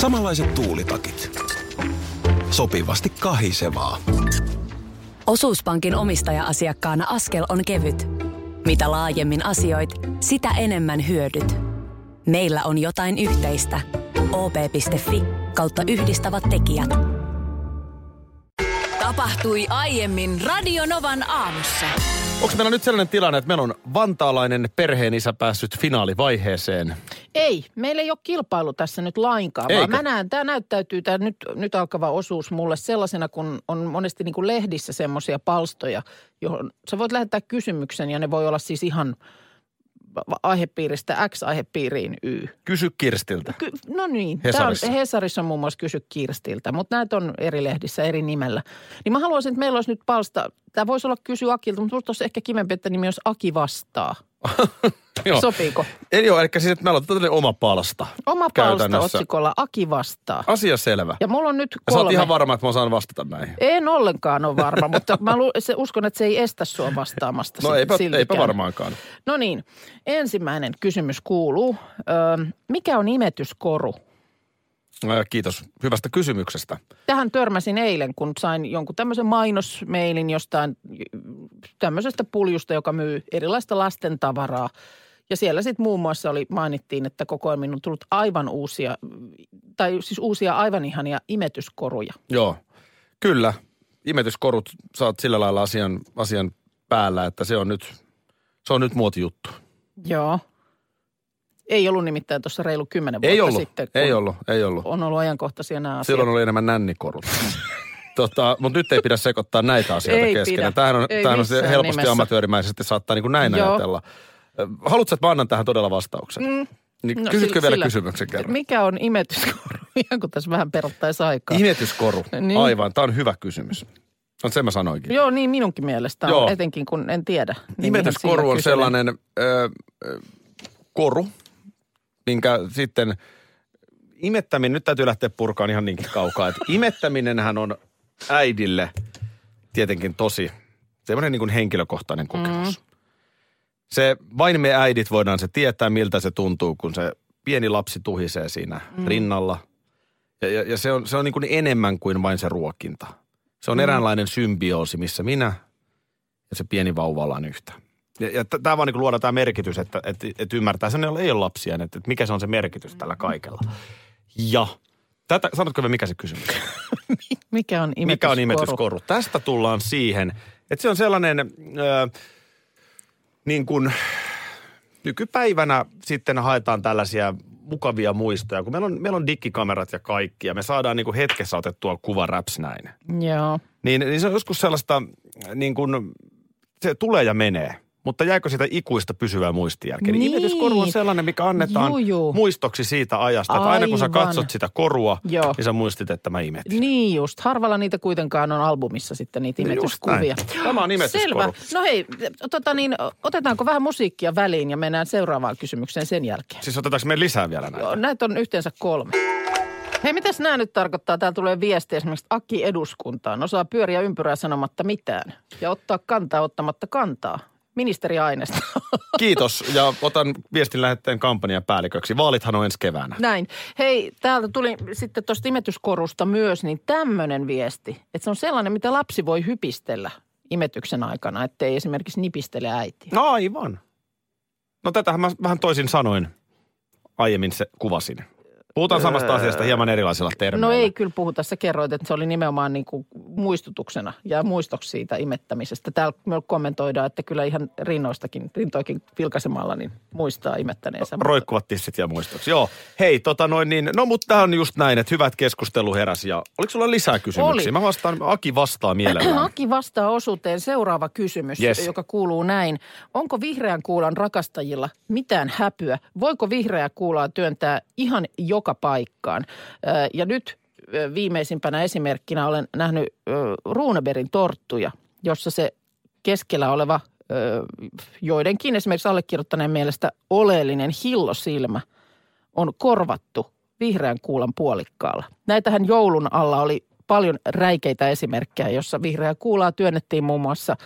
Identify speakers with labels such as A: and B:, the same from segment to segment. A: Samanlaiset tuulitakit. Sopivasti kahisevaa.
B: Osuuspankin omistaja-asiakkaana askel on kevyt. Mitä laajemmin asioit, sitä enemmän hyödyt. Meillä on jotain yhteistä. op.fi kautta yhdistävät tekijät. Tapahtui aiemmin Radionovan aamussa.
C: Onko meillä nyt sellainen tilanne, että meillä on vantaalainen perheenisä päässyt finaalivaiheeseen?
D: Ei, meillä ei ole kilpailu tässä nyt lainkaan, Eikö? vaan
C: Eikö?
D: mä näen, tämä näyttäytyy, tämä nyt, nyt alkava osuus mulle sellaisena, kun on monesti niin kuin lehdissä semmoisia palstoja, johon sä voit lähettää kysymyksen ja ne voi olla siis ihan va- aihepiiristä X aihepiiriin Y.
C: Kysy Kirstiltä.
D: Ky- no niin,
C: Hesarissa.
D: Tää on, Hesarissa on muun muassa kysy Kirstiltä, mutta näitä on eri lehdissä eri nimellä. Niin mä haluaisin, että meillä olisi nyt palsta, tämä voisi olla kysy Akilta, mutta musta olisi ehkä kivempi, että nimi olisi Aki vastaa.
C: Joo.
D: Sopiiko?
C: Eli joo, eli siis, että meillä on tällainen oma palsta.
D: Oma palsta
C: Käytännössä.
D: otsikolla Aki vastaa.
C: Asia selvä. Ja,
D: Ja mulla on nyt
C: ja sä oot
D: kolme.
C: ihan varma, että mä saan vastata näihin.
D: en ollenkaan ole varma, mutta mä lu- se, uskon, että se ei estä sua vastaamasta.
C: No
D: sit-
C: eipä,
D: siltikään.
C: eipä varmaankaan.
D: No niin, ensimmäinen kysymys kuuluu. Ö, mikä on imetyskoru?
C: Ää, Äh, Kiitos hyvästä kysymyksestä.
D: Tähän törmäsin eilen, kun sain jonkun tämmöisen mainosmeilin jostain tämmöisestä puljusta, joka myy erilaista lasten tavaraa. Ja siellä sitten muun muassa oli, mainittiin, että koko ajan minun on tullut aivan uusia, tai siis uusia aivan ihania imetyskoruja.
C: Joo, kyllä. Imetyskorut, sä oot sillä lailla asian, asian päällä, että se on nyt, se on nyt muotijuttu.
D: Joo. Ei ollut nimittäin tuossa reilu kymmenen vuotta
C: Ei ollut,
D: sitten. kun
C: ei ollut, ei ollut.
D: On ollut ajankohtaisia nämä asiat.
C: Silloin oli enemmän nännikorut. Tota, mutta nyt ei pidä sekoittaa näitä asioita
D: Ei
C: keskenään.
D: pidä.
C: Tämähän on,
D: Ei
C: tämähän on
D: missään
C: se helposti
D: nimessä.
C: amatöörimäisesti saattaa niin kuin näin
D: Joo.
C: ajatella. Ö, Haluatko, että mä annan tähän todella vastauksen? Mm. Niin no, kysytkö
D: sillä-
C: vielä
D: sillä-
C: kysymyksen kerran?
D: Mikä on imetyskoru? Ihan kun tässä vähän perottaisi aikaa.
C: Imetyskoru, niin.
D: Niin.
C: aivan. Tämä on hyvä kysymys. No sen mä sanoinkin.
D: Joo, niin minunkin mielestä on,
C: Joo.
D: etenkin kun en tiedä. Niin ihan
C: Imetyskoru
D: sillä
C: on
D: kyselen.
C: sellainen ö, ö, koru, minkä sitten imettäminen, nyt täytyy lähteä purkaan ihan niinkin kaukaa, että imettäminenhän on äidille tietenkin tosi semmoinen niin kuin henkilökohtainen kokemus. Mm. Se, vain me äidit voidaan se tietää, miltä se tuntuu, kun se pieni lapsi tuhisee siinä mm. rinnalla. Ja, ja, ja se on, se on niin kuin enemmän kuin vain se ruokinta. Se on mm. eräänlainen symbioosi, missä minä ja se pieni vauva ollaan yhtä. Ja, ja tämä vaan niin luoda tämä merkitys, että et, et ymmärtää sen, jolla ei ole lapsia, että, että mikä se on se merkitys tällä kaikella. Ja tätä, sanotko vielä mikä se kysymys?
D: Mikä on imetyskoru?
C: Mikä on imetyskoru? Tästä tullaan siihen, että se on sellainen ö, niin kuin nykypäivänä sitten haetaan tällaisia mukavia muistoja, kun meillä on, meillä on digikamerat ja kaikki ja me saadaan niin kuin hetkessä otettua kuva räpsnäinen
D: Joo.
C: niin, niin se on joskus sellaista, niin kuin, se tulee ja menee. Mutta jääkö sitä ikuista pysyvää muistijälkeä? Niin.
D: Niin.
C: Imetyskoru on sellainen, mikä annetaan
D: Juu, juu.
C: muistoksi siitä ajasta. Että aina kun sä
D: Aivan.
C: katsot sitä korua, Joo.
D: Joo.
C: niin sä muistit, että mä imetin.
D: Niin just. Harvalla niitä kuitenkaan on albumissa sitten niitä
C: No just näin.
D: imetyskuvia.
C: Tämä on imetyskoru.
D: Selvä. No hei, tota niin, otetaanko vähän musiikkia väliin ja mennään seuraavaan kysymykseen sen jälkeen.
C: Siis otetaanko me lisää vielä näitä?
D: Joo, näitä on yhteensä kolme. Hei, mitäs nämä nyt tarkoittaa? Täällä tulee viesti esimerkiksi että Aki eduskuntaan. Osaa pyöriä ympyrää sanomatta mitään ja ottaa kantaa ottamatta kantaa. Ministeri Aineesta.
C: Kiitos ja otan viestin lähetteen kampanjan päälliköksi. Vaalithan on ensi keväänä.
D: Näin. Hei, täältä tuli sitten tuosta imetyskorusta myös niin tämmöinen viesti, että se on sellainen, mitä lapsi voi hypistellä imetyksen aikana, ettei esimerkiksi nipistele äitiä.
C: No aivan. No tätähän mä vähän toisin sanoin aiemmin se kuvasin. Puhutaan samasta asiasta hieman erilaisilla termeillä.
D: No ei kyllä puhuta. Sä kerroit, että se oli nimenomaan niin kuin muistutuksena ja muistoksi siitä imettämisestä. Täällä me kommentoidaan, että kyllä ihan rinnoistakin, rintoikin vilkaisemalla niin muistaa imettäneensä.
C: Roikkuvat tissit ja muistoksi. Joo. Hei, tota noin niin, no mutta tämä on just näin, että hyvät keskustelu heräsi ja oliko sulla lisää kysymyksiä?
D: Oli.
C: Mä vastaan, Aki vastaa mielellään.
D: Aki vastaa osuuteen seuraava kysymys,
C: Yes.
D: joka kuuluu näin. Onko vihreän kuulan rakastajilla mitään häpyä? Voiko vihreää kuulaa työntää ihan joka paikkaan? Ö, Ja nyt ö, viimeisimpänä esimerkkinä olen nähnyt ö, Runeberin torttuja, jossa se keskellä oleva ö, joidenkin esimerkiksi allekirjoittaneen mielestä oleellinen hillosilmä on korvattu vihreän kuulan puolikkaalla. Näitähän joulun alla oli paljon räikeitä esimerkkejä, jossa vihreää kuulaa työnnettiin muun muassa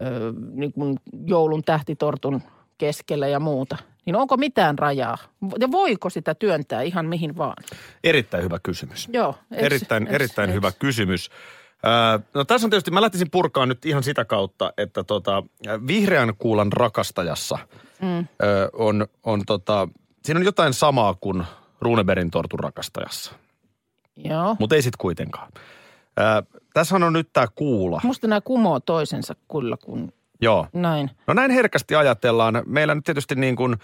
D: ö, niin kuin joulun tähtitortun keskelle ja muuta. niin onko mitään rajaa? Ja voiko sitä työntää ihan mihin vaan?
C: Erittäin hyvä kysymys.
D: Joo. eks-
C: erittäin
D: eks-
C: erittäin
D: eks.
C: hyvä kysymys. Öö, No tässä on tietysti, mä lähtisin purkaan nyt ihan sitä kautta, että tota, vihreän kuulan rakastajassa mm. on, on tota, siinä on jotain samaa kuin Runeberin tortun rakastajassa,
D: Joo.
C: mutta ei sit kuitenkaan. Öö, Tässähän on nyt tämä kuula.
D: Musta nämä kumoo toisensa kyllä, kun
C: Joo.
D: näin.
C: No näin herkästi ajatellaan. Meillä nyt tietysti niin kuin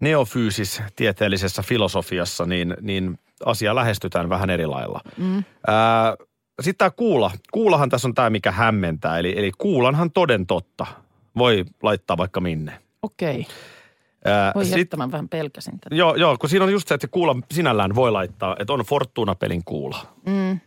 C: neofyysis-tieteellisessä filosofiassa, niin, niin asia lähestytään vähän eri lailla. Mm. Sitten tämä kuula. Kuulahan tässä on tämä, mikä hämmentää. Eli, eli kuulanhan toden totta voi laittaa vaikka minne.
D: Okei.
C: Ää,
D: Voi
C: sit-
D: Sitten mä vähän pelkäsin tätä.
C: Joo, joo, kun siinä on just se, että se kuula sinällään voi laittaa, että on Fortuna-pelin kuula. Mm.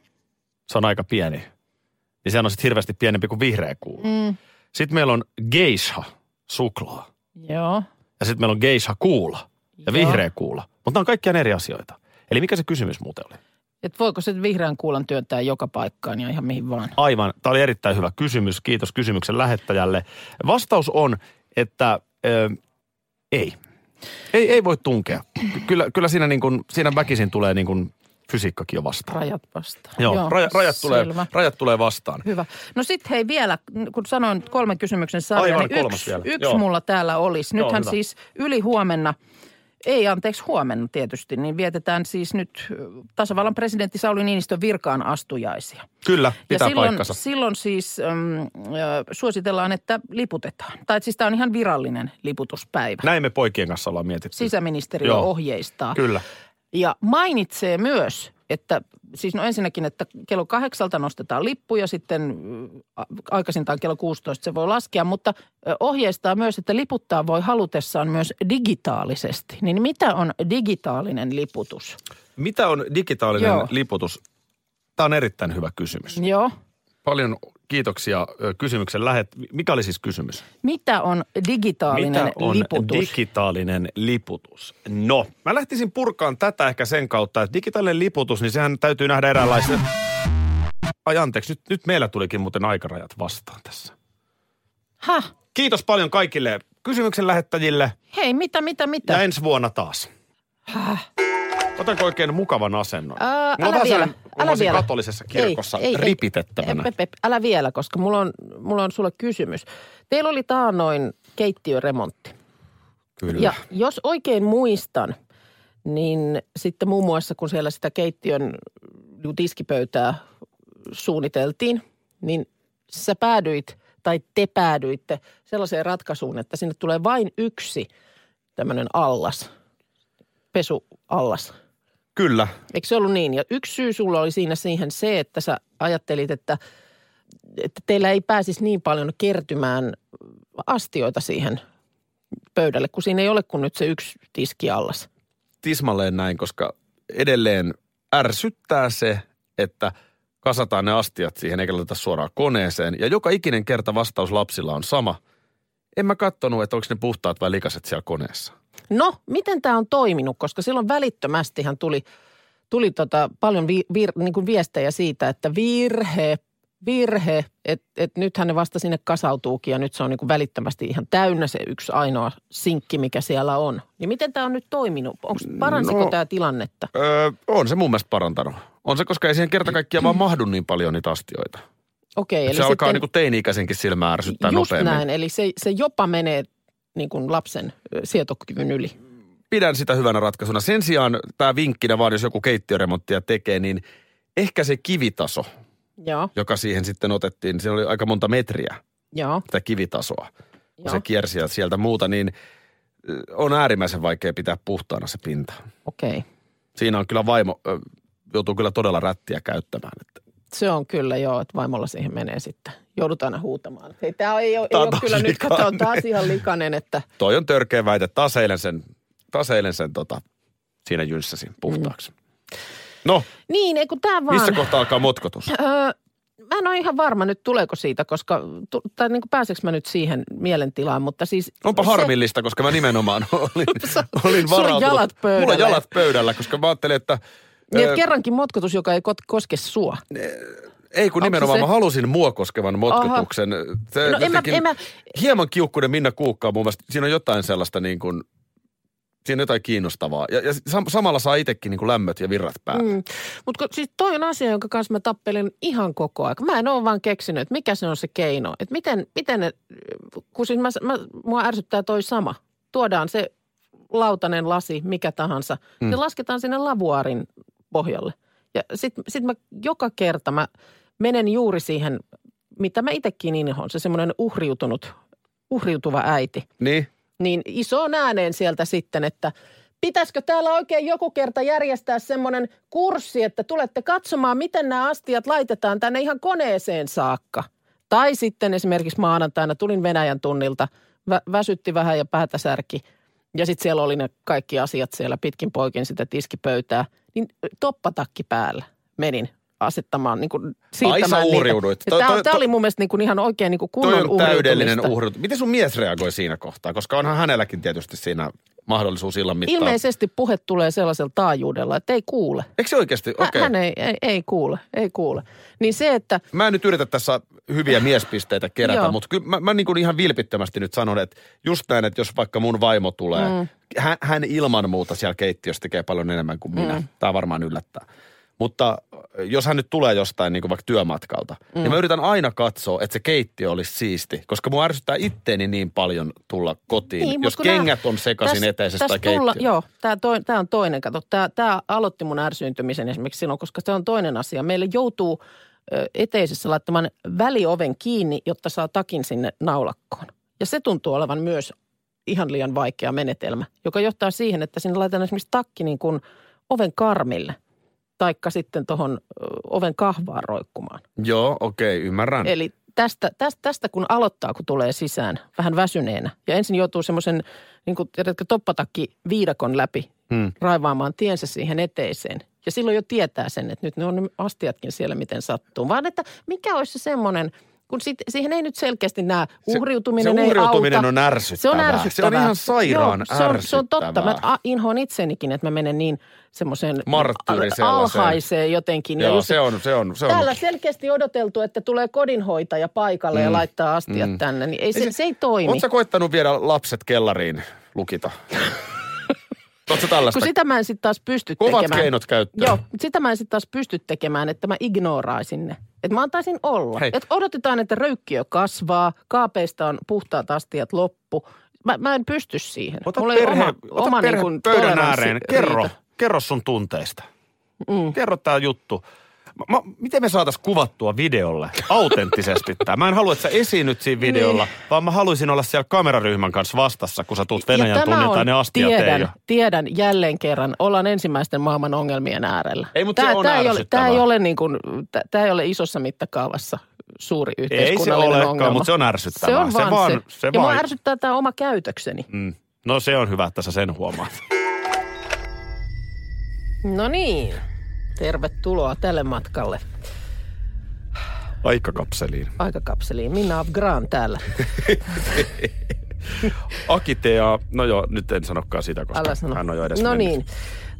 C: Se on aika pieni. Niin sehän on sitten hirveästi pienempi kuin vihreä kuula. Mm. Sitten meillä on geisha, suklaa.
D: Joo.
C: Ja sitten meillä on geisha kuula ja
D: Joo.
C: vihreä kuula. Mutta nämä on kaikkiaan eri asioita. Eli mikä se kysymys muuten oli?
D: Et voiko se vihreän kuulan työntää joka paikkaan ja ihan mihin vaan?
C: Aivan. Tämä oli erittäin hyvä kysymys. Kiitos kysymyksen lähettäjälle. Vastaus on, että ö, ei. ei. Ei voi tunkea. Kyllä, kyllä siinä, niin kun, siinä väkisin tulee niin kun fysiikkakin jo vastaan.
D: Rajat vastaan.
C: Joo, Joo raja, rajat, tulee,
D: selvä.
C: rajat tulee vastaan.
D: Hyvä. No sit hei vielä, kun sanoin kolmen kysymyksen sarja,
C: Aivan,
D: niin
C: kolmas
D: yksi,
C: vielä.
D: yksi
C: Joo.
D: mulla täällä olisi.
C: Joo,
D: Nythän
C: hyvä.
D: siis yli huomenna, ei anteeksi huomenna tietysti, niin vietetään siis nyt ö, tasavallan presidentti Sauli Niinistön virkaan astujaisia.
C: Kyllä, pitää
D: ja silloin,
C: paikkansa.
D: silloin siis äm, ö, suositellaan, että liputetaan. Tai että siis tämä on ihan virallinen liputuspäivä.
C: Näin me poikien kanssa ollaan mietitty.
D: Sisäministeriö
C: Joo.
D: ohjeistaa.
C: Kyllä.
D: Ja mainitsee myös, että siis no ensinnäkin, että kello kahdeksalta nostetaan lippu ja sitten mm, a- aikaisintaan kello 16 se voi laskea, mutta ö, ohjeistaa myös, että liputtaa voi halutessaan myös digitaalisesti. Niin mitä on digitaalinen liputus?
C: Mitä on digitaalinen
D: Joo.
C: liputus? Tämä on erittäin hyvä kysymys.
D: Joo.
C: Paljon kiitoksia ö, kysymyksen lähet. Mikä oli siis kysymys?
D: Mitä on digitaalinen
C: Mitä on
D: liputus?
C: digitaalinen liputus? No, mä lähtisin purkaan tätä ehkä sen kautta, että digitaalinen liputus, niin sehän täytyy nähdä eräänlaisen... Ai anteeksi, nyt, nyt meillä tulikin muuten aikarajat vastaan tässä.
D: Häh?
C: Kiitos paljon kaikille kysymyksen lähettäjille
D: Hei, mitä, mitä, mitä?
C: ja ensi vuonna taas. Otanko oikein mukavan asennon?
D: Ää,
C: Mulla on
D: älä
C: vähän
D: vielä,
C: sellainen- mulla
D: älä
C: on siinä
D: vielä.
C: katolisessa kirkossa ripitettävänä.
D: Ei, ei, ei, älä vielä, koska mulla on, mulla on sulle kysymys. Teillä oli taannoin keittiöremontti.
C: Kyllä.
D: Ja jos oikein muistan, niin sitten muun muassa kun siellä sitä keittiön niin tiskipöytää suunniteltiin, niin sä päädyit tai te päädyitte sellaiseen ratkaisuun, että sinne tulee vain yksi tämmöinen allas, pesuallas.
C: Kyllä.
D: Eikö se ollut niin? Ja yksi syy sulla oli siinä siihen se, että sä ajattelit, että, että teillä ei pääsisi niin paljon kertymään astioita siihen pöydälle, kun siinä ei ole kuin nyt se yksi tiski allas.
C: tismalleen näin, koska edelleen ärsyttää se, että kasataan ne astiat siihen eikä laiteta suoraan koneeseen. Ja joka ikinen kerta vastaus lapsilla on sama. En mä kattonut, että onko ne puhtaat vai likaset siellä koneessa.
D: No, miten tämä on toiminut? Koska silloin välittömästihän tuli, tuli tota paljon vi, vir, niin kuin viestejä siitä, että virhe, virhe, että et nythän ne vasta sinne kasautuukin ja nyt se on niin kuin välittömästi ihan täynnä se yksi ainoa sinkki, mikä siellä on. Niin miten tämä on nyt toiminut? Onko, paransiko
C: No.
D: tämä tilannetta?
C: Öö, on se mun mielestä parantanut. On se, koska ei siihen kerta kaikkiaan vaan mahdu niin paljon niitä astioita.
D: Okei,
C: Eli
D: eli
C: se alkaa
D: sitten,
C: niinku teini-ikäisenkin silmää ärsyttää
D: just
C: nopeammin.
D: näin, eli se, se jopa menee niin kuin lapsen ö, sietokyvyn yli.
C: pidän sitä hyvänä ratkaisuna. Sen sijaan tämä vinkkinä vaan, jos joku keittiöremonttia tekee, niin ehkä se kivitaso,
D: Joo,
C: joka siihen sitten otettiin, siinä oli aika monta metriä.
D: joo,
C: sitä kivitasoa, kun
D: joo.
C: se kiersi ja sieltä muuta, niin ö, on äärimmäisen vaikea pitää puhtaana se pinta.
D: okei.
C: Siinä on kyllä vaimo, ö, joutuu kyllä todella rättiä käyttämään. Että
D: Se on kyllä joo, että vaimolla siihen menee sitten. Joudut aina huutamaan. että Hei, tämä ei ole, ei
C: Tää on
D: ole
C: taas
D: kyllä nyt, kato, on
C: likainen.
D: taas ihan likainen, että
C: toi on törkeä väite, taas eilen sen, taas eilen sen tota, siinä jynssäsin puhtaaksi. No,
D: niin, ei kun tämä Mm. vaan.
C: missä kohtaa alkaa motkotus?
D: Öö, mä en ole ihan varma nyt, tuleeko siitä, koska, tu, tai niin kuin pääseekö mä nyt siihen mielentilaan, mutta siis.
C: Onpa
D: se-
C: harmillista, koska mä nimenomaan olin, olin
D: sulla on
C: varautunut.
D: jalat
C: Mulla on
D: pöydällä.
C: jalat pöydällä, koska mä ajattelin, että...
D: Niin,
C: ö,
D: että kerrankin motkotus, joka ei kot- koske sua.
C: Ei kun
D: Onko
C: nimenomaan,
D: se-
C: mä halusin mua koskevan motkotuksen. Se
D: No en mä-
C: jotenkin-
D: en mä-
C: Hieman kiukkuinen Minna Kuukka on mun mielestä, siinä on jotain sellaista niin kuin siinä on jotain kiinnostavaa. Ja, ja sam- samalla saa itsekin niin kuin lämmöt ja virrat päälle. Mm.
D: Mm. Mutta siis toi on asia, jonka kanssa mä tappelen ihan koko ajan. Mä en ole vaan keksinyt, että mikä se on se keino. Että miten, miten ne, kun siis mä, mä, mua ärsyttää toi sama. Tuodaan se lautanen lasi, mikä tahansa. Mm. Se lasketaan sinne lavuaarin pohjalle. Ja sitten sit mä joka kerta mä menen juuri siihen, mitä mä itsekin inhoon. Se semmoinen uhriutunut, uhriutuva äiti
C: Niin?
D: niin isoon ääneen sieltä sitten, että pitäisikö täällä oikein joku kerta järjestää semmoinen kurssi, että tulette katsomaan, miten nämä astiat laitetaan tänne ihan koneeseen saakka. Tai sitten esimerkiksi maanantaina tulin Venäjän tunnilta, vä- väsytti vähän ja päätä särki. Ja sitten siellä oli ne kaikki asiat siellä pitkin poikin sitä tiskipöytää. Niin toppatakki päällä menin asettamaan, niin kuin siirtämään
C: sä
D: niitä.
C: uhriuduit.
D: Ja
C: Toi-
D: Tämä
C: toi-
D: tämä
C: toi-
D: oli mun mielestä niin kuin ihan oikein niin kuin kunnon
C: Toi on täydellinen
D: uhriutumista.
C: uhri. Miten sun mies reagoi siinä kohtaa? Koska onhan hänelläkin tietysti siinä mahdollisuus illan mittaan.
D: Ilmeisesti puhe tulee sellaisella taajuudella, että ei kuule.
C: Eikö se oikeasti?
D: Hä-
C: Okei.
D: Hän ei, ei, ei kuule, ei kuule. Niin se, että
C: Mä en nyt yritä tässä hyviä miespisteitä kerätä,
D: Joo.
C: mutta kyllä mä, mä niin kuin ihan vilpittömästi nyt sanon, että just näin, että jos vaikka mun vaimo tulee, mm. hän, hän ilman muuta siellä keittiössä tekee paljon enemmän kuin
D: Mm.
C: minä. Tämä varmaan yllättää. Mutta jos hän nyt tulee jostain niin kuin vaikka työmatkalta, mm. niin mä yritän aina katsoa, että se keittiö olisi siisti, koska mua ärsyttää itteeni niin paljon tulla kotiin,
D: Niin, mut
C: jos
D: kun nää-
C: kengät on sekaisin
D: täs-
C: eteisestä
D: täs
C: tai keittiöstä.
D: Joo, tämä toi, tää on toinen. Kato, tämä aloitti mun ärsyyntymisen esimerkiksi silloin, koska se on toinen asia. Meille joutuu ö, eteisessä laittamaan välioven kiinni, jotta saa takin sinne naulakkoon. Ja se tuntuu olevan myös ihan liian vaikea menetelmä, joka johtaa siihen, että sinne laitetaan esimerkiksi takki niin kuin oven karmille taikka sitten tuohon oven kahvaan roikkumaan.
C: Joo, okei, okay, ymmärrän.
D: Eli tästä, tästä, tästä kun aloittaa, kun tulee sisään vähän väsyneenä ja ensin joutuu semmoisen niin kuin, tiedätkö, toppatakki viidakon läpi
C: Hmm.
D: raivaamaan tiensä siihen eteiseen. Ja silloin jo tietää sen, että nyt ne on ne astiatkin siellä miten sattuu. Vaan että mikä olisi se semmoinen, kun sit, siihen ei nyt selkeästi nämä uhriutuminen
C: se
D: ei
C: uhriutuminen
D: auta.
C: on ärsyttävää.
D: Se on ärsyttävää.
C: Se on ihan sairaan
D: Joo, se on, se on totta.
C: ärsyttävää.
D: Mä a- inhoan itsenikin, että mä menen niin semmoiseen
C: Marttyyri
D: al-
C: sellaiseen.
D: alhaiseen jotenkin. ja
C: Joo,
D: just-
C: se on, se on, se on.
D: Täällä selkeästi odoteltu, että tulee kodinhoitaja paikalle
C: Mm.
D: ja laittaa astiat tänne, niin ei, se, se ei toimi.
C: Oletko koittanut viedä lapset kellariin lukita? Oletko tällaista?
D: Kun sitä mä en sitten taas pysty
C: Kovat
D: tekemään.
C: keinot käyttöön.
D: Joo, mut sitä mä en sitten taas pysty tekemään, että mä ignoraisin ne. Että mä antaisin olla.
C: Hei.
D: Että odotetaan, että röykkiö kasvaa, kaapeista on puhtaat astiat loppu. Mä, mä en pysty siihen.
C: Ota
D: Mulla ei
C: perhe,
D: oma,
C: ota
D: oma
C: perhe
D: niin kuin
C: pöydän
D: toleranssi
C: ääreen. Kerro,
D: riitä.
C: kerro sun tunteista. Mm. Kerro tämä juttu. Mä, mä, miten me saatais kuvattua videolle autenttisesti tämä? Mä en halua, että sä esiinnyt siinä videolla, niin. vaan mä haluaisin olla siellä kameraryhmän kanssa vastassa, kun sä tuut Venäjän
D: tämä
C: tunnilta ja
D: on-
C: ne astiat ei ole.
D: tiedän, tiedän jälleen kerran, ollaan ensimmäisten maailman ongelmien äärellä.
C: Ei, mutta se on
D: ei ole,
C: ärsyttävää.
D: tämä, ei ole niin kuin, tämä ei ole isossa mittakaavassa suuri
C: Ei se
D: yhteiskunnallinen
C: olekaan,
D: ongelma.
C: mutta se on
D: se
C: ärsyttävää.
D: on vaan se.
C: vaan, se
D: ja mua
C: vaan,
D: ärsyttää tämä oma käytökseni.
C: Mm. No se on hyvä, että sä sen huomaat.
D: No niin, tervetuloa tälle matkalle
C: Aikakapseliin.
D: aikakapseliin. Minna Afgran täällä.
C: Akitea, no joo, nyt en sanokaan sitä, koska
D: Älä sano.
C: hän on jo edes
D: No
C: mennyt.
D: niin.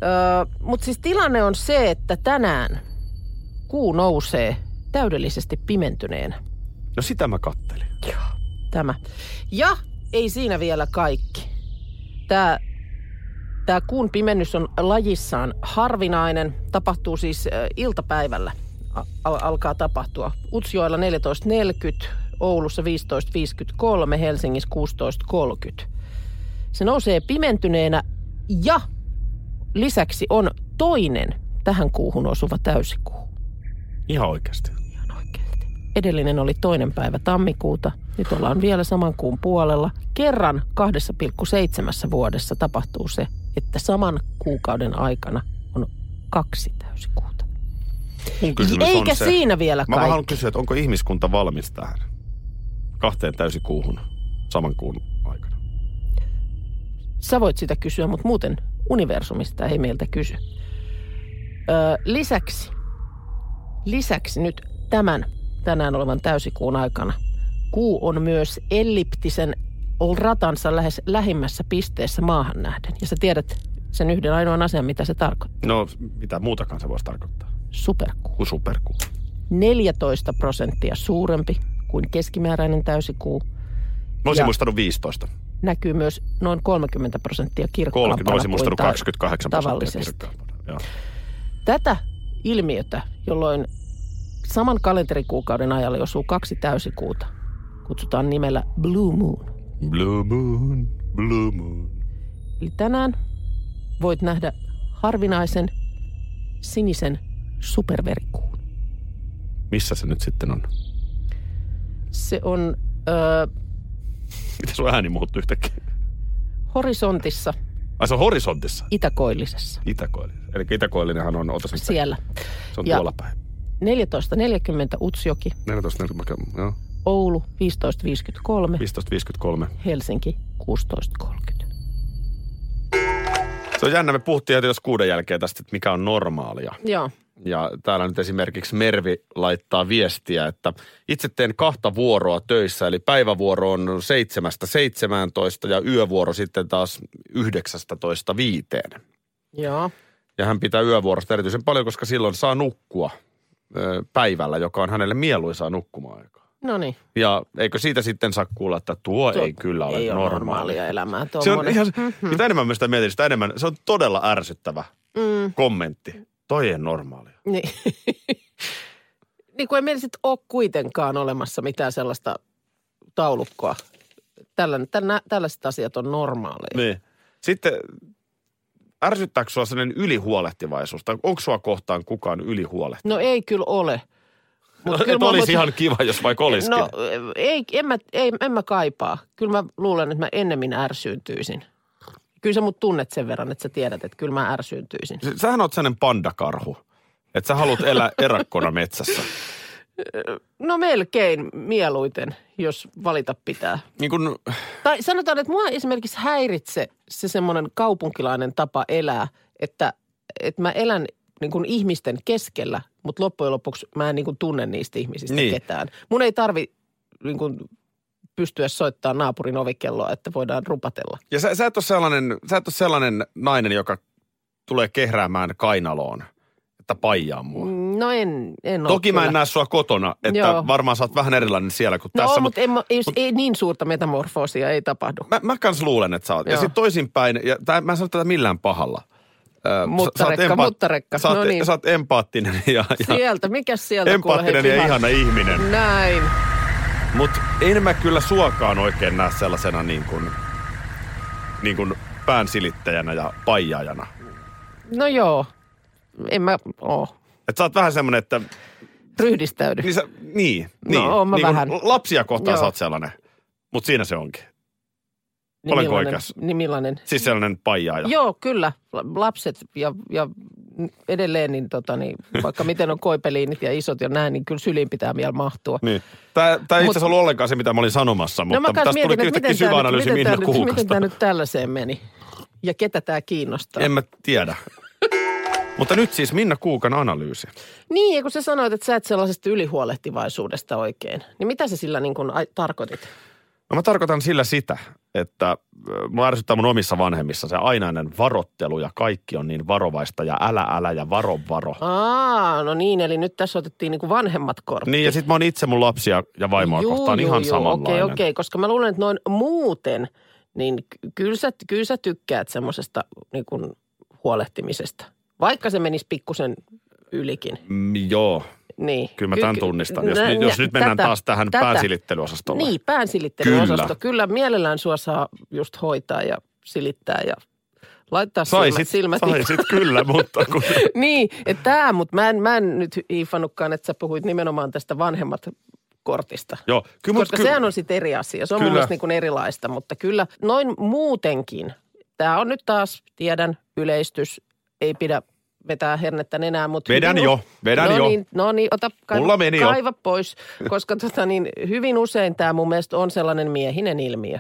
D: Öö, Mutta siis tilanne on se, että tänään kuu nousee täydellisesti pimentyneenä.
C: No sitä mä kattelin.
D: Tämä. Ja ei siinä vielä kaikki. Tämä, tämä kuun pimennys on lajissaan harvinainen. Tapahtuu siis äh, iltapäivällä. A- al- alkaa tapahtua. Utsjoella 14.40, Oulussa 15.53, Helsingissä 16.30. Se nousee pimentyneenä ja lisäksi on toinen tähän kuuhun osuva täysikuu.
C: Ihan oikeasti.
D: Ihan oikeasti. Edellinen oli toinen päivä tammikuuta. Nyt ollaan vielä saman kuun puolella. Kerran 2,7 vuodessa tapahtuu se, että saman kuukauden aikana on kaksi täysikuuta.
C: Mun kysymys
D: Eikä
C: on se,
D: siinä vielä
C: Mä vaan
D: kaikki.
C: haluan kysyä, että onko ihmiskunta valmis tähän? Kahteen täysikuuhun saman kuun aikana.
D: Sä voit sitä kysyä, mutta muuten universumista ei meiltä kysy. Öö, lisäksi, lisäksi nyt tämän tänään olevan täysikuun aikana kuu on myös elliptisen ratansa lähes lähimmässä pisteessä maahan nähden. Ja sä tiedät sen yhden ainoan asian, mitä se tarkoittaa.
C: No, mitä muutakaan se voisi tarkoittaa
D: Superkuu.
C: kuin superkuu.
D: 14 prosenttia suurempi kuin keskimääräinen täysikuu.
C: Mä olisin
D: Ja.
C: muistanut 15.
D: näkyy myös noin 30 prosenttia kirkkaampana
E: 30, olisi muistanut
D: kuin ta-
E: 28 prosenttia
D: tavallisesti.
E: kirkkaampana. Joo.
D: Tätä ilmiötä, jolloin saman kalenterikuukauden ajalle osuu kaksi täysikuuta, kutsutaan nimellä Blue Moon.
E: Blue moon, blue moon.
D: Eli tänään voit nähdä harvinaisen sinisen superverikuun.
E: Missä se nyt sitten on?
D: Se on ö,
E: Miten sun ääni muuttui yhtäkkiä?
D: horisontissa,
E: Ai se on horisontissa.
D: itäkoillisessa,
E: Itäkoillinen.
C: Eli Itäkoillinenhan on, ota sen, se
D: siellä.
C: on
D: ja-
C: tuolla päin.
D: 14.40 Utsjoki,
E: 14.40, joo.
D: Oulu 15.53,
E: 15.53.
D: Helsinki 16.30.
C: Se on jännä, me puhuttiin heti tuossa kuuden jälkeen tästä, että mikä on normaalia.
D: Joo.
C: Ja täällä nyt esimerkiksi Mervi laittaa viestiä, että itse teen kahta vuoroa töissä, eli päivävuoro on seitsemästä 17 ja yövuoro sitten taas 19 viiteen.
D: Joo.
C: Ja hän pitää yövuorosta erityisen paljon, koska silloin saa nukkua ö, päivällä, joka on hänelle mieluisaa nukkumaan-aikaa.
D: No niin.
C: Ja eikö siitä sitten saa kuulla, että tuo, tuo ei kyllä ole
D: ei ole
C: normaalia.
D: normaalia elämää.
C: Se on
D: Tuommoinen.
C: ihan,
D: Mm-hmm.
C: mitä enemmän mä sitä mietin, sitä enemmän. Se on todella ärsyttävä
D: Mm,
C: kommentti. Toi ei ole normaalia.
D: niin. niin kuin ei meillä sitten ole kuitenkaan olemassa mitään sellaista taulukkoa. Tällän, tänä, tällaiset asiat on normaaleja.
C: Niin. Sitten ärsyttääkö sua sellainen ylihuolehtivaisuus? Tai onko sua kohtaan kukaan ylihuolehtiva?
D: No ei kyllä ole.
C: No,
D: Mut kyllä
C: et
D: mä-
C: olisi
D: mut-
C: ihan kiva, jos vaikka olisikin.
D: No ei, en mä, ei, en mä kaipaa. Kyllä mä luulen, että mä ennemmin ärsyyntyisin. Kyllä sä mut tunnet sen verran, että sä tiedät, että kyllä mä ärsyyntyisin.
C: S- Sähän oot sellainen pandakarhu. Että sä haluat elää erakkona metsässä.
D: No melkein mieluiten, jos valita pitää.
C: Niin kun,
D: Tai sanotaan, että mua esimerkiksi häiritse se semmoinen kaupunkilainen tapa elää, että, että mä elän niin kuin ihmisten keskellä, mutta loppujen lopuksi mä en niin kuin tunne niistä ihmisistä
C: Niin.
D: niin. ketään. Mun ei tarvi niin kuin pystyä soittaa naapurin ovikelloa, että voidaan rupatella.
C: ja sä, sä, et ole sellainen, sä et ole sellainen nainen, joka tulee kehräämään kainaloon, että paijaa mua.
D: No en, en ole
C: Toki mä en
D: kyllä.
C: näe sua kotona, että Joo.
D: Joo.
C: varmaan sä oot vähän erilainen siellä kuin
D: No,
C: tässä,
D: tässä,
C: mutta
D: mutta en, mä- ei, ei niin suurta metamorfoosia ei tapahdu.
C: mä, mä kans luulen, että sä oot. Ja
D: Joo.
C: sitten toisinpäin, ja tää, mä en sano tätä millään pahalla. Ö,
D: Mutta
C: sä- sä oot
D: rekka, mutta rekka.
C: Sä oot,
D: No niin.
C: sä oot empaattinen ja, ja
D: Sieltä, mikä sieltä kuulee?
C: empaattinen
D: hei,
C: ja
D: pihan-
C: ihana ihminen.
D: Näin.
C: Mutta en mä kyllä suakaan oikein näe sellaisena niin kuin, niin kuin päänsilittäjänä ja paijaajana.
D: No joo, en mä oo.
C: Että sä oot vähän semmonen, että...
D: Ryhdistäydy.
C: Niin, sä, niin, niin.
D: No, oon mä
C: niin kun
D: vähän.
C: Lapsia kohtaan
D: Joo.
C: sä oot sellainen. Mutta siinä se onkin.
D: Niin
C: Olenko
D: millainen-
C: oikeassa?
D: Niin millainen?
C: Siis sellainen paijaaja.
D: Joo, kyllä. La- Lapset ja, ja edelleen, niin, tota, niin vaikka miten on koipeliinit ja isot ja näin, niin kyllä syliin pitää vielä mahtua.
C: Niin. Tämä, tämä ei
D: Mut- No
C: itse asiassa ollut ollenkaan se, mitä mä olin sanomassa, mutta
D: mä kans
C: tässä tuli
D: mietin,
C: kyllä
D: että
C: yhtäkkiä
D: tää
C: syvä
D: nyt-
C: analyysi
D: miten,
C: Minna
D: tää nyt- miten
C: Kuukasta.
D: tämä nyt tällaiseen meni? Ja ketä tämä kiinnostaa?
C: En mä tiedä. mutta nyt siis Minna Kuukan analyysi.
D: Niin, ja kun sä sanoit, että sä et sellaisesta ylihuolehtivaisuudesta oikein, niin mitä sä sillä niin kun ai- tarkoitit?
C: No mä tarkoitan sillä sitä, että ö, mua ärsyttää mun omissa vanhemmissa se ainainen varottelu ja kaikki on niin varovaista ja älä älä ja varo
D: Ah,
C: varo.
D: Aa, no niin, eli nyt tässä otettiin niin kuin vanhemmat kortit.
C: Niin ja sit mä oon itse mun lapsia ja vaimoa
D: Juu,
C: kohtaan
D: juu,
C: ihan
D: juu,
C: samanlainen.
D: Okei, okei, koska mä luulen, että noin muuten, niin ky- kyllä sä, kyllä sä tykkäät semmoisesta niin kuin huolehtimisesta. Vaikka se menisi pikkusen ylikin.
C: Mm, joo,
D: Niin.
C: kyllä mä
D: Ky-
C: tämän
D: ky-
C: tunnistan. Jos,
D: nä-
C: nyt- jos
D: nä-
C: nyt mennään
D: tätä-
C: taas tähän
D: tätä.
C: pääsilittelyosastolle.
D: Niin, päänsilittelyosasto.
C: Kyllä.
D: Kyllä. kyllä mielellään sua saa just hoitaa ja silittää ja laittaa
C: Saisit,
D: silmät, silmät
C: saisit kyllä, mutta kun
D: niin, että tämä, mutta mä en, mä en nyt hiifannutkaan, että sä puhuit nimenomaan tästä vanhemmat kortista.
C: Joo, kyllä mut
D: Koska
C: ky-
D: sehän on sitten eri asia. Se on
C: Kyllä.
D: mun mielestä niin kuin erilaista, mutta kyllä noin muutenkin. Tämä on nyt taas, tiedän, yleistys. Ei pidä vetää hernettä nenää, mutta...
C: Vedän
D: hyvin
C: jo, vedän
D: no
C: jo.
D: Niin, no niin, ota kaiva,
C: Mulla meni jo.
D: kaiva pois, koska tota niin, hyvin usein tämä mun mielestä on sellainen miehinen ilmiö,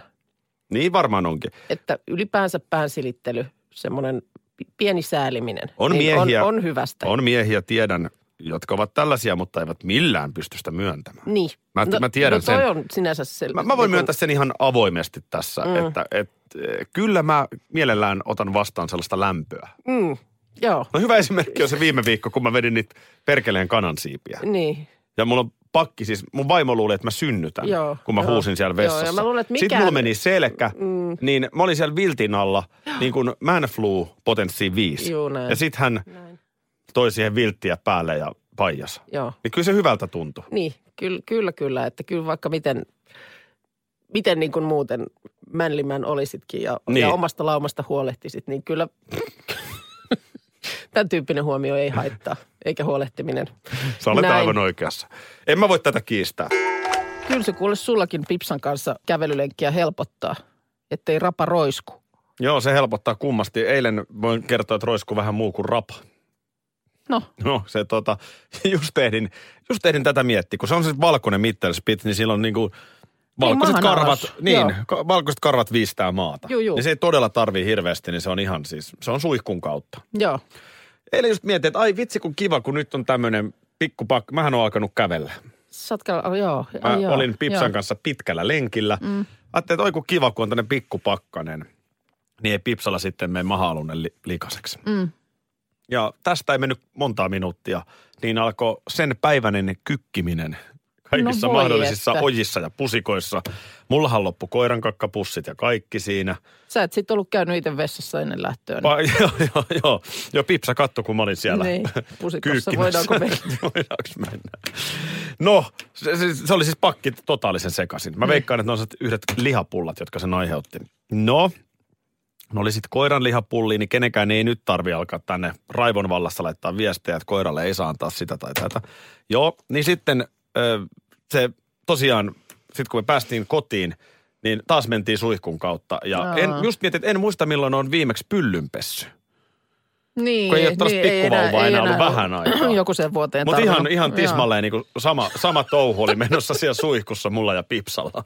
C: Niin varmaan onkin.
D: että ylipäänsä päänsilittely, semmoinen pi- pieni sääliminen.
C: On
D: niin
C: miehiä.
D: On, on hyvästä.
C: On miehiä, tiedän, jotka ovat tällaisia, mutta eivät millään pysty sitä myöntämään.
D: Niin.
C: Mä- mä tiedän
D: no toi
C: sen.
D: on sinänsä sel-
C: Mä, mä voin
D: niin
C: myöntää sen ihan avoimesti tässä, mm. että et, eh, kyllä mä mielellään otan vastaan sellaista lämpöä.
D: Mm, joo,
C: No hyvä esimerkki on se viime viikko, kun mä vedin niitä perkeleen kanansiipiä.
D: niin.
C: Ja mulla on pakki, siis mun vaimo luuli, että mä synnytän,
D: Joo,
C: kun mä
D: joo.
C: huusin siellä
D: Joo,
C: vessassa.
D: ja mä luulen, että
C: Sitten
D: mikään-
C: mulla meni selkä, mm. niin mä olin siellä viltin alla, niin kuin man flu potenssiin viisi.
D: Juu, näin.
C: ja sitten hän
D: Näin.
C: toi siihen vilttiä päälle ja paijas.
D: Joo.
C: Niin kyllä se hyvältä tuntui.
D: Niin, kyllä, kyllä, kyllä. Että kyllä vaikka miten, miten niin kuin muuten mänlimän olisitkin ja, niin.
C: Niin.
D: ja omasta laumasta huolehtisit, niin kyllä tämän tyyppinen huomio ei haittaa, eikä huolehtiminen.
F: Sä olet
D: Näin.
F: aivan oikeassa. En mä voi tätä kiistää.
D: Kyllä se kuule sullakin Pipsan kanssa kävelylenkkiä helpottaa, ettei rapa roisku.
C: Joo, se helpottaa kummasti. Eilen voin kertoa, että roisku vähän muu kuin rapa.
D: No,
C: No se tota, just ehdin, just ehdin tätä miettiä, kun se on siis valkoinen mittelspit, niin silloin niinku valkoiset
D: mahan
C: karvat,
D: alas.
C: niin,
D: Joo.
C: ka- valkoiset karvat viistää maata.
D: Juu, juu.
C: Niin se ei todella tarvii hirveästi, niin se on ihan siis, se on suihkun kautta.
D: joo.
C: Eilen just mietin, että ai vitsi kun kiva, kun nyt on tämmöinen pikkupakka. Mähän on alkanut kävellä.
D: Satka, oh, joo.
C: Mä
D: ai joo,
C: olin Pipsan
D: joo.
C: kanssa pitkällä lenkillä. Mm. Ajattelin, että oi kun kiva, kun on tämmöinen pikkupakkanen. Niin ei Pipsalla sitten mene maha-alunen li- likaseksi.
G: Mm.
C: Ja tästä ei mennyt montaa minuuttia, niin alkoi sen päiväinen kykkiminen kaikissa
D: No
C: no
D: voi
C: mahdollisissa
D: että.
C: ojissa ja pusikoissa. Mullahan loppu koiran kakkapussit ja kaikki siinä.
D: Sä et sitten ollut käynyt itse vessassa ennen lähtöä. niin-
C: Pa- joo, joo, joo, joo, Pipsa katto, kun mä olin siellä
D: Niin, pusikossa
C: kyykkimässä.
D: voidaanko mennä?
C: Voidaanko mennä? No, se, se, se oli siis pakki totaalisen sekaisin.
D: Niin.
C: Mä veikkaan, että ne on sellaiset yhdet lihapullat, jotka sen aiheutti. No, no oli sitten koiran lihapulliin, niin kenenkään ei nyt tarvi alkaa tänne raivon vallassa laittaa viestejä, että koiralle ei saa antaa sitä tai tätä. Joo, niin sitten ö, se tosiaan, sitten kun me päästiin kotiin, niin taas mentiin suihkun kautta. Ja
D: Aa.
C: en, just mietin, että en muista milloin on viimeksi pyllynpessy.
D: Niin,
C: kun ei ole tällaista pikkuvauvaa enää ollut vähän aikaa.
D: Joku sen vuoteen
C: Mutta ihan,
D: tarvinnut.
C: ihan
D: Joo.
C: tismalleen niin kuin sama, sama touhu oli menossa siellä suihkussa mulla ja Pipsalla.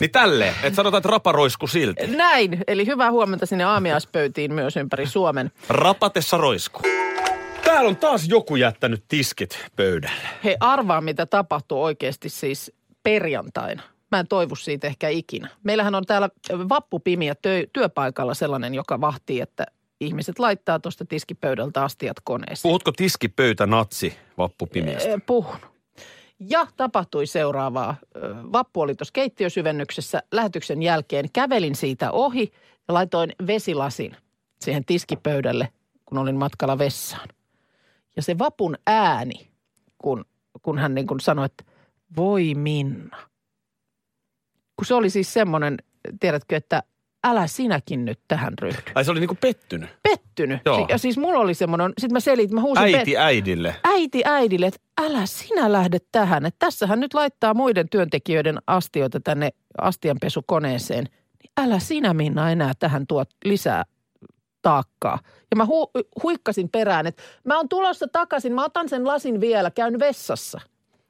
C: Niin tälle, että sanotaan, että raparoisku silti.
D: Näin, eli hyvää huomenta sinne aamiaispöytiin myös ympäri Suomen.
C: Rapatessa roisku. Täällä on taas joku jättänyt tiskit pöydälle.
D: He arvaa, mitä tapahtui oikeasti siis perjantaina. Mä en toivu siitä ehkä ikinä. Meillähän on täällä vappupimiä tö- työpaikalla sellainen, joka vahtii, että ihmiset laittaa tuosta tiskipöydältä astiat koneeseen.
C: Puhutko tiskipöytä natsi vappupimiästä?
D: Eh, Puhunut. Ja tapahtui seuraavaa. Ö, Vappu oli tuossa keittiösyvennyksessä. Lähetyksen jälkeen kävelin siitä ohi ja laitoin vesilasin siihen tiskipöydälle, kun olin matkalla vessaan. Ja se vapun ääni, kun, kun hän niin kuin sanoi, että voi Minna. Kun se oli siis semmoinen, tiedätkö, että älä sinäkin nyt tähän ryhdy.
C: Ai se oli niinku pettynyt.
D: Pettynyt.
C: Joo.
D: Si- Ja siis mulla oli semmoinen, sitten mä selitin, mä huusin pet-
C: Äiti äidille.
D: äiti äidille, että älä sinä lähde tähän. Että tässähän nyt laittaa muiden työntekijöiden astioita tänne astianpesukoneeseen. Niin älä sinä Minna enää tähän tuo lisää taakkaa. Ja mä hu- huikkasin perään, että mä oon tulossa takaisin, mä otan sen lasin vielä, käyn vessassa.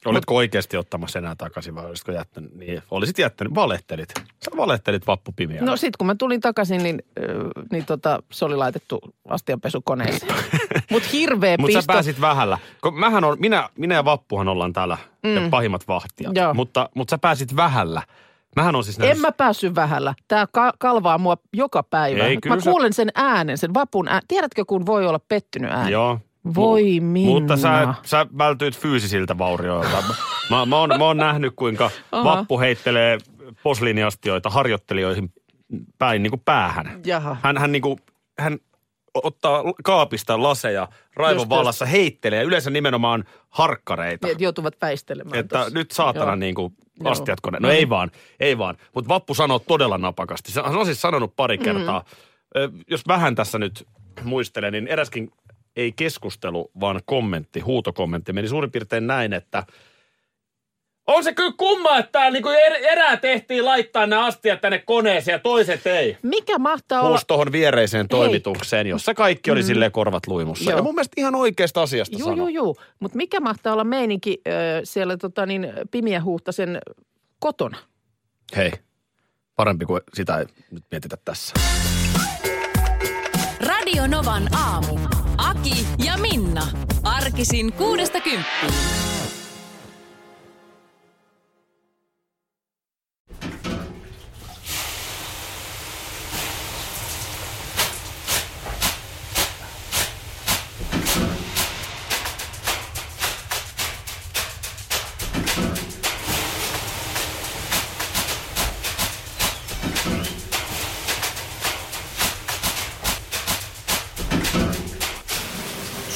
C: Oletko oikeasti ottamassa enää takaisin vai olisitko jättänyt? Niin, olisit jättänyt. Valehtelit. Sä valehtelit vappupimiä.
D: No sit kun mä tulin takaisin, niin, ö, niin tota, se oli laitettu astianpesukoneeseen. Mut hirveä
C: Mutta sä
D: pisto.
C: pääsit vähällä. Kun mähän on, minä, minä ja Vappuhan ollaan täällä mm. ja pahimmat vahtijat.
D: Joo.
C: Mutta, mutta sä pääsit vähällä. Mähän on siis
D: En
C: nähnyt-
D: mä päässyt vähällä. Tämä ka- kalvaa mua joka päivä.
C: Ei, kyllä
D: mä
C: sä-
D: kuulen sen äänen, sen vapun äänen. Tiedätkö, kun voi olla pettynyt ääni?
C: Joo.
D: Voi Minna.
C: Mutta sä, sä vältyit fyysisiltä vaurioilta. mä, mä, oon, mä oon nähnyt, kuinka
D: Aha.
C: Vappu heittelee posliiniastioita harjoittelijoihin päin niin kuin päähän.
D: Jaha.
C: Hän, hän, niin kuin, hän ottaa kaapista laseja
D: Just,
C: raivon
D: just.
C: vallassa, heittelee ja yleensä nimenomaan harkkareita.
D: Et joutuvat väistelemään.
C: Että
D: tossa.
C: nyt saatana
D: Joo.
C: niin kuin
D: Joo.
C: astiat kone. No ei vaan, ei vaan. Mutta Vappu sanoo todella napakasti. Se- Hän on siis sanonut pari
D: Mhm.
C: kertaa. Ö, Jos vähän tässä nyt muistelen, niin eräskin ei keskustelu, vaan kommentti, huutokommentti meni suurin piirtein näin, että on se kyllä kumma, että tää niinku er- erää tehtiin laittaa nämä astiat tänne koneeseen ja toiset ei.
D: Mikä mahtaa olla... Mm.
C: Huus tuohon viereiseen toimitukseen, jossa kaikki oli silleen korvat luimussa.
D: Joo.
C: Ja mun mielestä ihan oikeasta asiasta
D: Juu, juu,
C: sanoi.
D: juu. Mutta mikä mahtaa olla meininki ö, siellä tota, niin, pimiä huuhtasen kotona?
C: Hei, parempi kuin sitä ei nyt mietitä tässä.
B: Radio Novan aamu. Aki ja Minna. Arkisin kuudesta kymppiin.